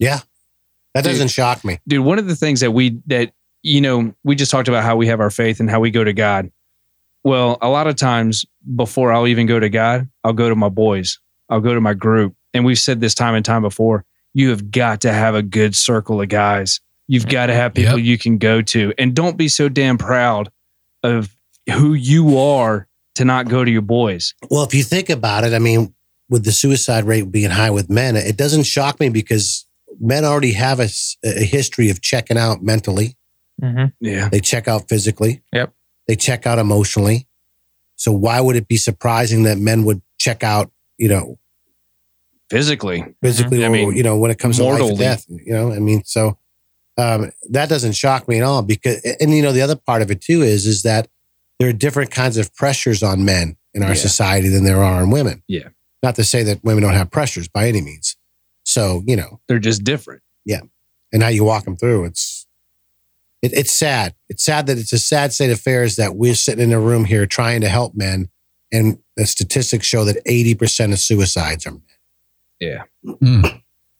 S2: That doesn't shock me.
S9: dude one of the things that we that you know we just talked about how we have our faith and how we go to god well a lot of times before i'll even go to god i'll go to my boys i'll go to my group and we've said this time and time before you have got to have a good circle of guys you've got to have people you can go to and don't be so damn proud of who you are to not go to your boys
S2: Well, if you think about it, I mean, with the suicide rate being high with men, it doesn't shock me because men already have a, s- a history of checking out mentally.
S10: Mm-hmm.
S9: yeah
S2: They check out physically.
S10: Yep.
S2: They check out emotionally. So why would it be surprising that men would check out, you know,
S9: physically
S2: physically
S9: Mm-hmm. I
S2: or,
S9: mean,
S2: you know, when it comes to life
S9: mortally.
S2: and death, you know, I mean, so um, that doesn't shock me at all because, and you know, the other part of it too is, is that there are different kinds of pressures on men in our
S9: Yeah.
S2: society than there are on women.
S9: Yeah.
S2: Not to say that women don't have pressures by any means. So, you know,
S9: they're just different
S2: and how you walk them through, it's, it, it's sad. It's sad that it's a sad state of affairs that we're sitting in a room here trying to help men. And the statistics show that 80% of suicides are men.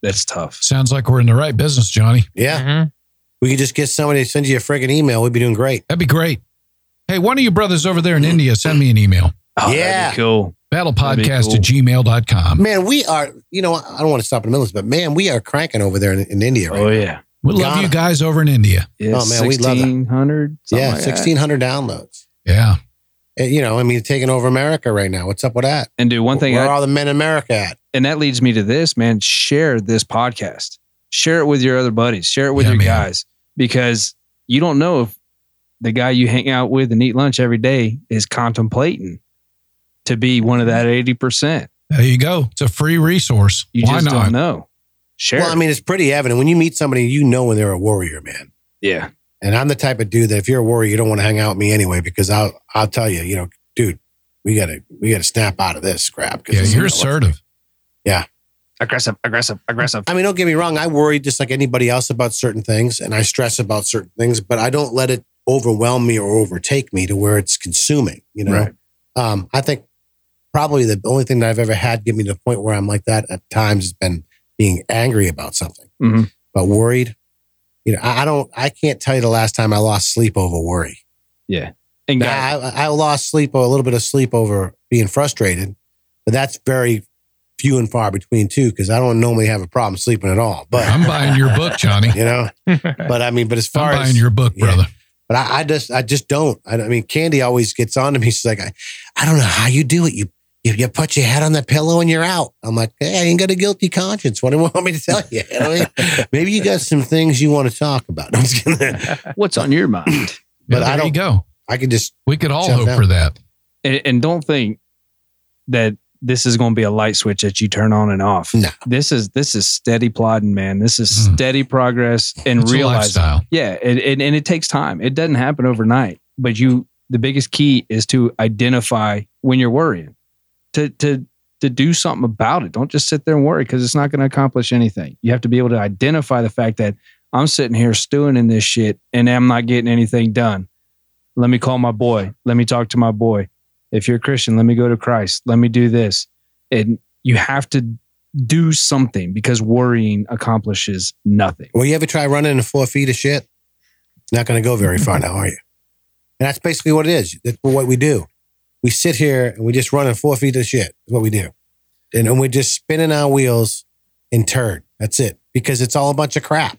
S9: that's tough
S7: Mm. Sounds like we're in the right business, Johnny.
S2: Yeah.
S10: Mm-hmm.
S2: We could just get somebody to send you a friggin' email. We'd be doing great.
S7: That'd be great. Hey, one of you brothers over there in India, send me an email.
S9: Oh, that'd be
S2: Yeah.
S9: cool That'd be
S7: Battlepodcast
S9: cool.
S7: at gmail.com.
S2: Man, we are, you know, I don't want to stop in the middle of this, but man, we are cranking over there in, in India right
S9: oh yeah
S7: We love
S2: Ghana.
S7: you guys over in India.
S9: yeah,
S2: Oh, man, we love that.
S9: 1600
S2: now.
S9: something
S2: Yeah,
S9: like that.
S2: 1,600 downloads.
S7: Yeah.
S2: Uh, You know, I mean, taking over America right now. What's up with that?
S9: And do one thing,
S2: Where are
S9: I,
S2: all the men in America at?
S9: and that leads me to this, man. Share this podcast. Share it with your other buddies. Share it with
S7: Yeah,
S9: your
S7: man.
S9: guys because you don't know if the guy you hang out with and eat lunch every day is contemplating to be one of that eighty percent.
S7: There you go. It's a free resource.
S9: You
S7: Why
S9: just don't
S7: not?
S9: know. Share.
S2: Well, I mean, it's pretty evident. When you meet somebody, you know when they're a warrior, man.
S9: yeah,
S2: And I'm the type of dude that if you're a warrior, you don't want to hang out with me anyway, because I'll, I'll tell you, you know, dude, we got to, we got to snap out of this crap. 'cause
S7: Yeah,
S2: this
S7: you're
S2: is-
S7: assertive.
S9: aggressive, aggressive, aggressive.
S2: I mean, don't get me wrong. I worry just like anybody else about certain things and I stress about certain things, but I don't let it overwhelm me or overtake me to where it's consuming, you know?
S9: Right.
S2: Um, I think probably the only thing that I've ever had get me to the point where I'm like that at times has been being angry about something,
S7: Mm-hmm.
S9: Mhm.
S2: but worried. You know, I, I don't, I can't tell you the last time I lost sleep over worry.
S9: And guys,
S2: Now, I, I lost sleep or a little bit of sleep over being frustrated, but that's very few and far between too, because I don't normally have a problem sleeping at all. But
S7: I'm buying your book, Johnny.
S2: you know, but I mean, but as far
S7: I'm
S2: as
S7: buying your book,
S2: yeah.
S7: brother.
S2: but I, I just, I just don't. I, I mean, Candy always gets on to me. She's like, I, I don't know how you do it. You, you, you put your head on the pillow and you're out. I'm like, hey, I ain't got a guilty conscience. What do you want me to tell you? You know what I mean? Maybe you got some things you want to talk about. I'm just gonna,
S9: what's on your mind?
S7: Yeah,
S2: But I
S7: there you
S2: don't-
S7: go.
S2: I can just,
S7: We could all
S2: Jump
S7: hope
S2: out.
S7: for that.
S9: and, and don't think that this is going to be a light switch that you turn on and off.
S2: No.
S9: This is this is steady plodding, man. This is
S7: Mm.
S9: steady progress and
S7: It's a
S9: realizing.
S7: lifestyle.
S9: Yeah, and, and and it takes time. It doesn't happen overnight. But you, the biggest key is to identify when you're worrying, to to to do something about it. Don't just sit there and worry because it's not going to accomplish anything. You have to be able to identify the fact that I'm sitting here stewing in this shit and I'm not getting anything done. Let me call my boy. Let me talk to my boy. If you're a Christian, let me go to Christ. Let me do this. And you have to do something because worrying accomplishes nothing.
S2: well, you ever try running in four feet of shit? Not going to go very far now, are you? And that's basically what it is. That's what we do. We sit here and we just run in four feet of shit. Is what we do, and, and we're just spinning our wheels in turn. That's it. Because it's all a bunch of crap.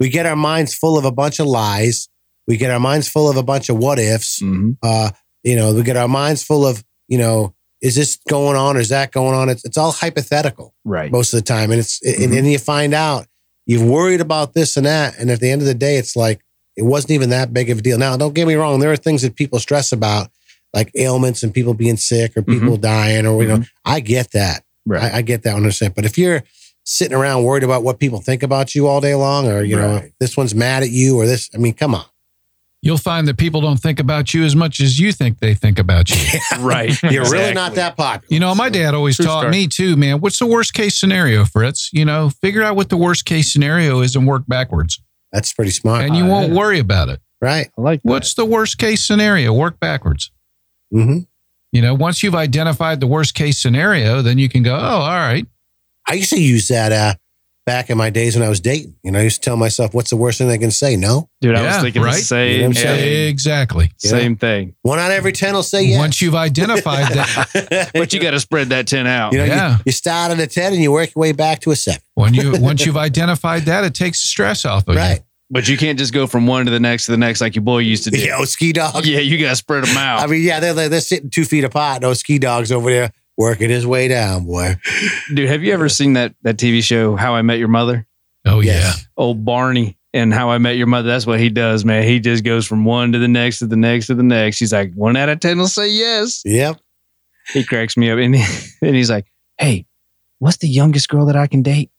S2: We get our minds full of a bunch of lies. We get our minds full of a bunch of what ifs.
S9: Mhm.
S2: uh, you know, we get our minds full of, you know, is this going on or is that going on? It's, it's all hypothetical
S9: Right.
S2: most of the time. And it's, and,
S9: Mhm.
S7: Mm-hmm.
S2: and you find out you've worried about this and that. And at the end of the day, it's like, it wasn't even that big of a deal. Now, don't get me wrong. There are things that people stress about, like ailments and people being sick or people
S7: Mm-hmm.
S2: dying or, you know, I get that.
S9: Right.
S2: I, I get that 100%. But if you're sitting around worried about what people think about you all day long or, you know,
S9: Right.
S2: this one's mad at you or this, I mean, come on.
S7: You'll find that people don't think about you as much as you think they think about you.
S9: Right.
S2: You're really not that popular.
S7: You know, my dad always
S10: True
S7: taught
S10: story.
S7: me too, man. What's the worst case scenario, Fritz? You know, figure out what the worst case scenario is and work backwards,
S2: That's pretty smart.
S7: and you won't worry about it.
S2: Uh, right.
S9: I like
S7: What's the worst case scenario? Work backwards.
S2: hmm
S7: You know, once you've identified the worst case scenario, then you can go, oh, all right.
S2: I used to use that uh, back in my days when I was dating. You know, I used to tell myself, "What's the worst thing they can say? No."
S9: Dude, I
S7: Yeah,
S9: was thinking
S7: right?
S9: the same,
S2: You know what I'm
S10: saying?
S9: thing,
S7: Exactly.
S2: Yeah.
S9: same thing.
S2: One out of every ten will say yes.
S7: Once you've identified that,
S9: But you got to spread that 10 out.
S2: you know,
S7: Yeah.
S2: you, you start at a ten and you work your way back to a seven.
S7: when you once you've identified that, it takes the stress off of
S2: right?
S9: but you can't just go from one to the next to the next like your boy used to do.
S2: Yeah, oh, ski dog.
S9: Yeah, you got to spread them out.
S2: I mean, yeah, they're, they're they're sitting two feet apart. No ski dogs over there working his way down, boy.
S9: Dude, have you ever seen that that TV show How I Met Your Mother?
S7: you. Oh
S2: Yes.
S9: Old Barney and How I Met Your Mother. That's what he does, man. He just goes from one to the next to the next to the next. He's like, one out of 10 will say yes.
S2: Yep.
S9: He cracks me up and, and he's like, hey, what's the youngest girl that I can date?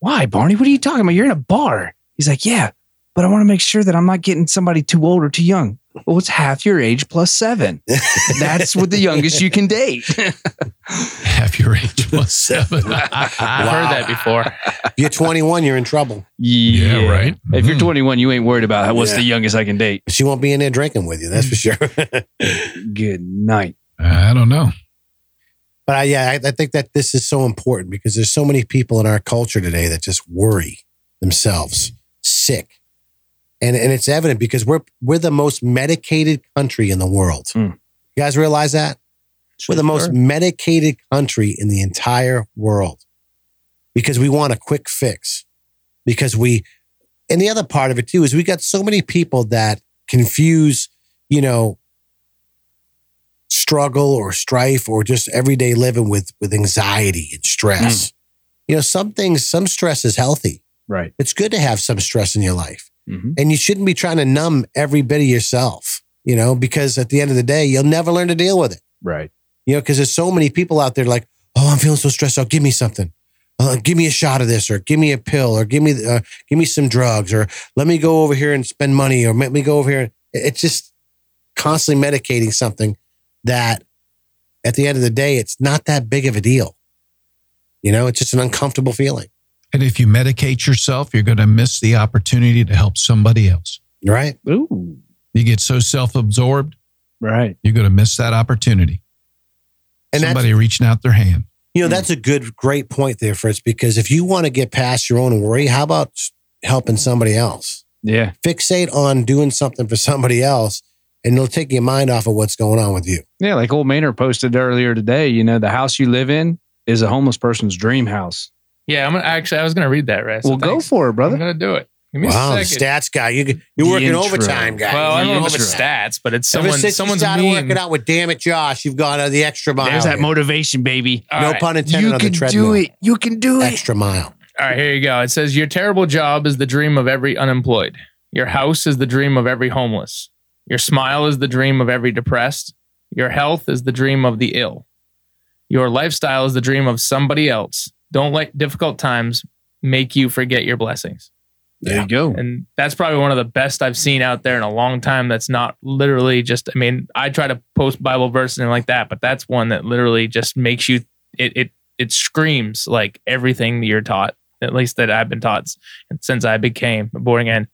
S9: Why, Barney? What are you talking about? You're in a bar. He's like, yeah, but I want to make sure that I'm not getting somebody too old or too young. Well, it's half your age plus seven. That's what the youngest you can date.
S7: yeah, half your age plus seven.
S10: I've heard that before.
S2: If you're 21, you're in trouble.
S7: Yeah, right.
S9: If you're
S7: Mhm.
S9: 21, you ain't worried about what's
S2: Yeah.
S9: the youngest I can date.
S2: She won't be in there drinking with you. That's for sure.
S9: Good night.
S7: I don't know.
S2: But I, yeah, I, I think that this is so important because there's so many people in our culture today that just worry themselves sick, and and it's evident because we're we're the most medicated country in the world.
S9: Hmm.
S2: You guys realize that we're the most medicated country in the entire world because we want a quick fix because we and the other part of it too is we got so many people that confuse you know struggle or strife or just everyday living with with anxiety and stress. You know, some things, some stress is healthy.
S9: Right.
S2: It's good to have some stress in your life,
S9: Mhm.
S2: and you shouldn't be trying to numb every bit of yourself. You know, because at the end of the day, you'll never learn to deal with it.
S9: Right.
S2: You know, because there's so many people out there like, oh, I'm feeling so stressed out. Give me something. Uh, give me a shot of this, or give me a pill, or give me uh, give me some drugs, or let me go over here and spend money, or let me go over here. It's just constantly medicating something that, at the end of the day, it's not that big of a deal. You know, it's just an uncomfortable feeling,
S7: And if you medicate yourself, you're going to miss the opportunity to help somebody else.
S2: right?
S9: Ooh.
S7: You get so self absorbed,
S9: Right.
S7: you're going to miss that opportunity.
S2: And that's
S7: Somebody reaching out their hand.
S2: You know, that's a good, great point there, Fritz, because if you want to get past your own worry, how about s- helping somebody else?
S9: Yeah.
S2: Fixate on doing something for somebody else, and it'll take your mind off of what's going on with you.
S9: Yeah. Like old Maynard posted earlier today, you know, the house you live in is a homeless person's dream house.
S10: Yeah, I'm gonna, actually I was gonna read that, right?
S9: well, go for it,
S10: I'm
S9: brother.
S10: gonna do it. Give me
S2: wow,
S10: a
S2: the
S10: second.
S2: stats guy. You, you're
S9: The
S2: working
S9: intro.
S2: overtime, guy.
S10: well, I don't know
S2: You're
S10: about the
S2: overtime.
S10: stats, but it's someone.
S2: Ever since you
S10: Someone's
S2: started
S10: mean.
S2: working out with Damn It Josh, you've gone uh, the extra mile.
S9: There's that
S2: here.
S9: motivation, baby.
S10: All
S2: no
S10: right.
S2: pun intended on the treadmill.
S9: You can do
S2: Extra mile.
S10: All right, here you go. It says your terrible job is the dream of every unemployed. Your house is the dream of every homeless. Your smile is the dream of every depressed. Your health is the dream of the ill. Your lifestyle is the dream of somebody else. Don't let difficult times make you forget your blessings.
S9: There you go.
S10: And that's probably one of the best I've seen out there in a long time. That's not literally just, I mean, I try to post Bible verses and like that, but that's one that literally just makes you, it, it, it screams like everything that you're taught, at least that I've been taught s- since I became a born again.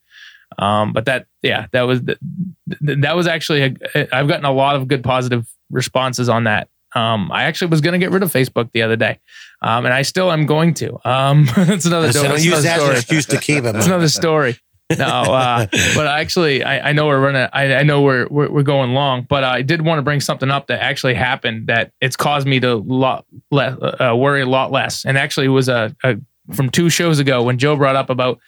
S10: Um, but that, yeah, that was, the, th- that was actually, a, I've gotten a lot of good positive responses on that. Um, I actually was going to get rid of Facebook the other day. Um, and I still am going to, um, that's another,
S2: So don't
S10: that's another
S2: use that as an
S10: story.
S2: excuse to keep it.
S10: That's
S2: man.
S10: another story. No, uh, but actually, I, I know we're running. I, I know we're, we're we're going long, but I did want to bring something up that actually happened that it's caused me to lot less, uh, worry a lot less. And actually, it was a, a from two shows ago when Joe brought up about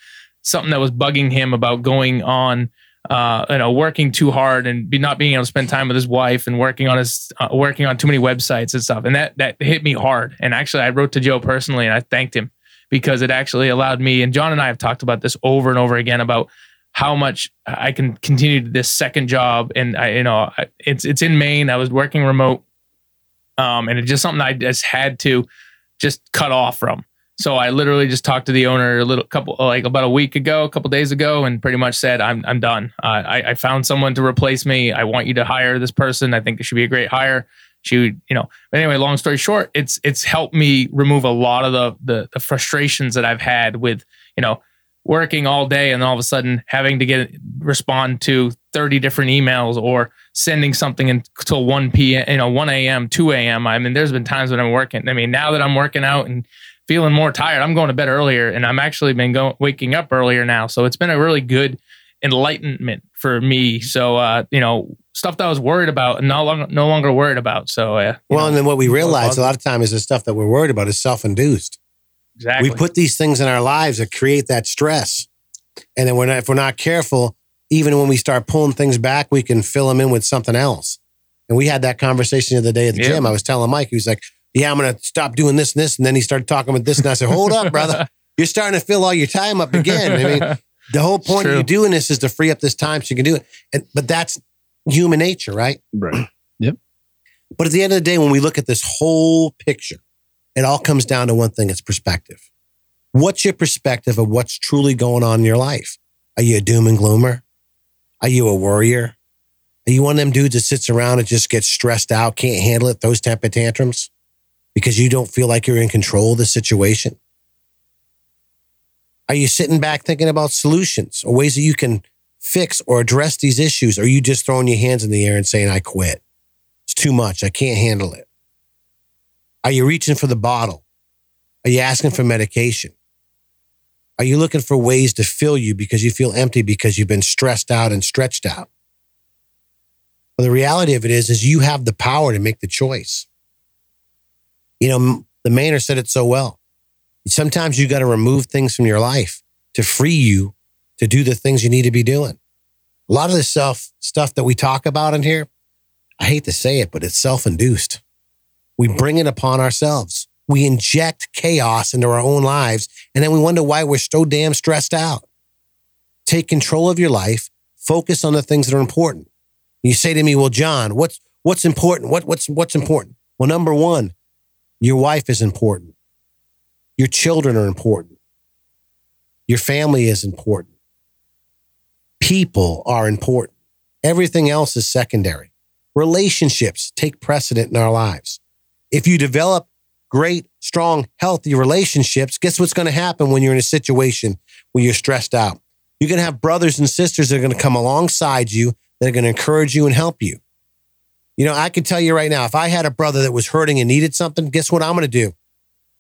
S10: something that was bugging him about going on, uh, you know, working too hard and be, not being able to spend time with his wife and working on his uh, working on too many websites and stuff. And that that hit me hard. And actually, I wrote to Joe personally and I thanked him because it actually allowed me and John and I have talked about this over and over again about how much I can continue this second job and I you know I- it's it's in Maine I was working remote um and it's just something I just had to just cut off from so I literally just talked to the owner a little couple like about a week ago a couple days ago and pretty much said I'm I'm done uh, I I found someone to replace me I want you to hire this person I think it should be a great hire she would, you know but anyway long story short it's it's helped me remove a lot of the, the the frustrations that i've had with you know working all day and all of a sudden having to get respond to 30 different emails or sending something until 1 p.m you know 1 a.m 2 a.m i mean there's been times when i'm working i mean now that i'm working out and feeling more tired i'm going to bed earlier and i'm actually been going waking up earlier now so it's been a really good enlightenment for me so uh you know stuff that i was worried about and no longer no longer worried about so uh, you
S2: Well,
S10: know.
S2: and then what we realize
S10: bug-
S2: a lot of time is the stuff that we're worried about is self-induced.
S10: Exactly.
S2: We put these things in our lives that create that stress, and then we're not, if we're not careful, even when we start pulling things back, we can fill them in with something else. And we had that conversation the other day at the
S10: Yeah.
S2: gym. I was telling Mike, he was like, "Yeah, I'm going to stop doing this and this," and then he started talking about this, and I said, "Hold up, brother, you're starting to fill all your time up again." I mean, the whole point of
S10: true.
S2: you doing this is to free up this time so you can do it. And but that's human nature, right?
S9: Right.
S2: But at the end of the day, when we look at this whole picture, it all comes down to one thing it's perspective. What's your perspective of what's truly going on in your life? Are you a doom and gloomer? Are you a worrier? Are you one of them dudes that sits around and just gets stressed out, can't handle it, throws temper tantrums because you don't feel like you're in control of the situation? Are you sitting back thinking about solutions or ways that you can fix or address these issues? Or are you just throwing your hands in the air and saying, I quit? It's too much. I can't handle it. Are you reaching for the bottle? Are you asking for medication? Are you looking for ways to fill you because you feel empty because you've been stressed out and stretched out? Well, the reality of it is, is you have the power to make the choice. You know, M- the Maynard said it so well. Sometimes you got to remove things from your life to free you to do the things you need to be doing. A lot of the self stuff that we talk about in here, I hate to say it, but it's self induced. We bring it upon ourselves. We inject chaos into our own lives, and then we wonder why we're so damn stressed out. Take control of your life, focus on the things that are important. You say to me, Well, John, what's, what's important? What, what's, what's important? Well, number one, your wife is important. Your children are important. Your family is important. People are important. Everything else is secondary relationships take precedent in our lives. If you develop great, strong, healthy relationships, guess what's going to happen when you're in a situation where you're stressed out? You're going to have brothers and sisters that are going to come alongside you that are going to encourage you and help you. You know, I can tell you right now, if I had a brother that was hurting and needed something, guess what I'm going to do?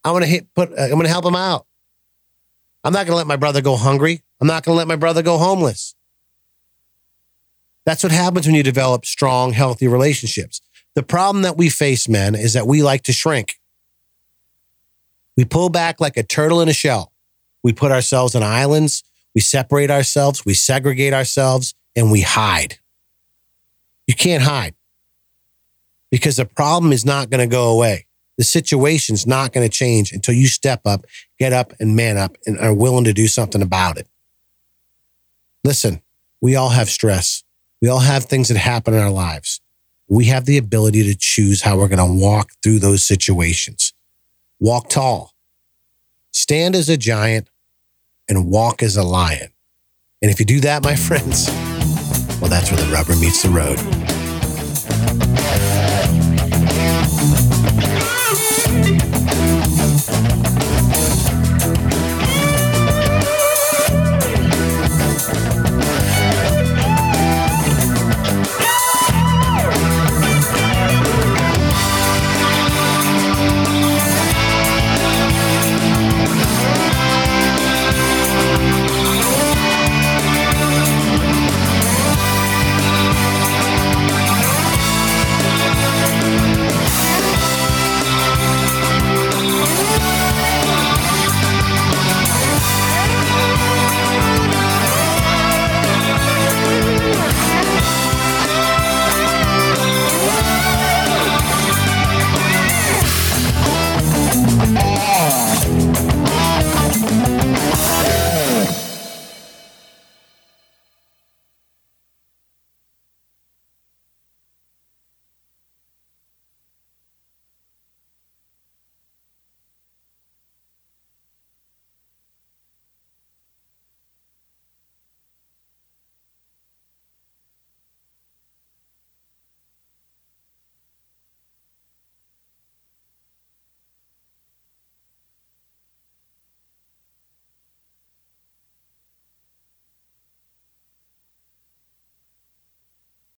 S2: I'm going to hit put. Uh, I'm going to help him out. I'm not going to let my brother go hungry. I'm not going to let my brother go homeless. That's what happens when you develop strong, healthy relationships. The problem that we face, men, is that we like to shrink. We pull back like a turtle in a shell. We put ourselves in islands. We separate ourselves. We segregate ourselves and we hide. You can't hide because the problem is not going to go away. The situation's not going to change until you step up, get up, and man up and are willing to do something about it. Listen, we all have stress. We all have things that happen in our lives. We have the ability to choose how we're going to walk through those situations. Walk tall, stand as a giant, and walk as a lion. And if you do that, my friends, well, that's where the rubber meets the road.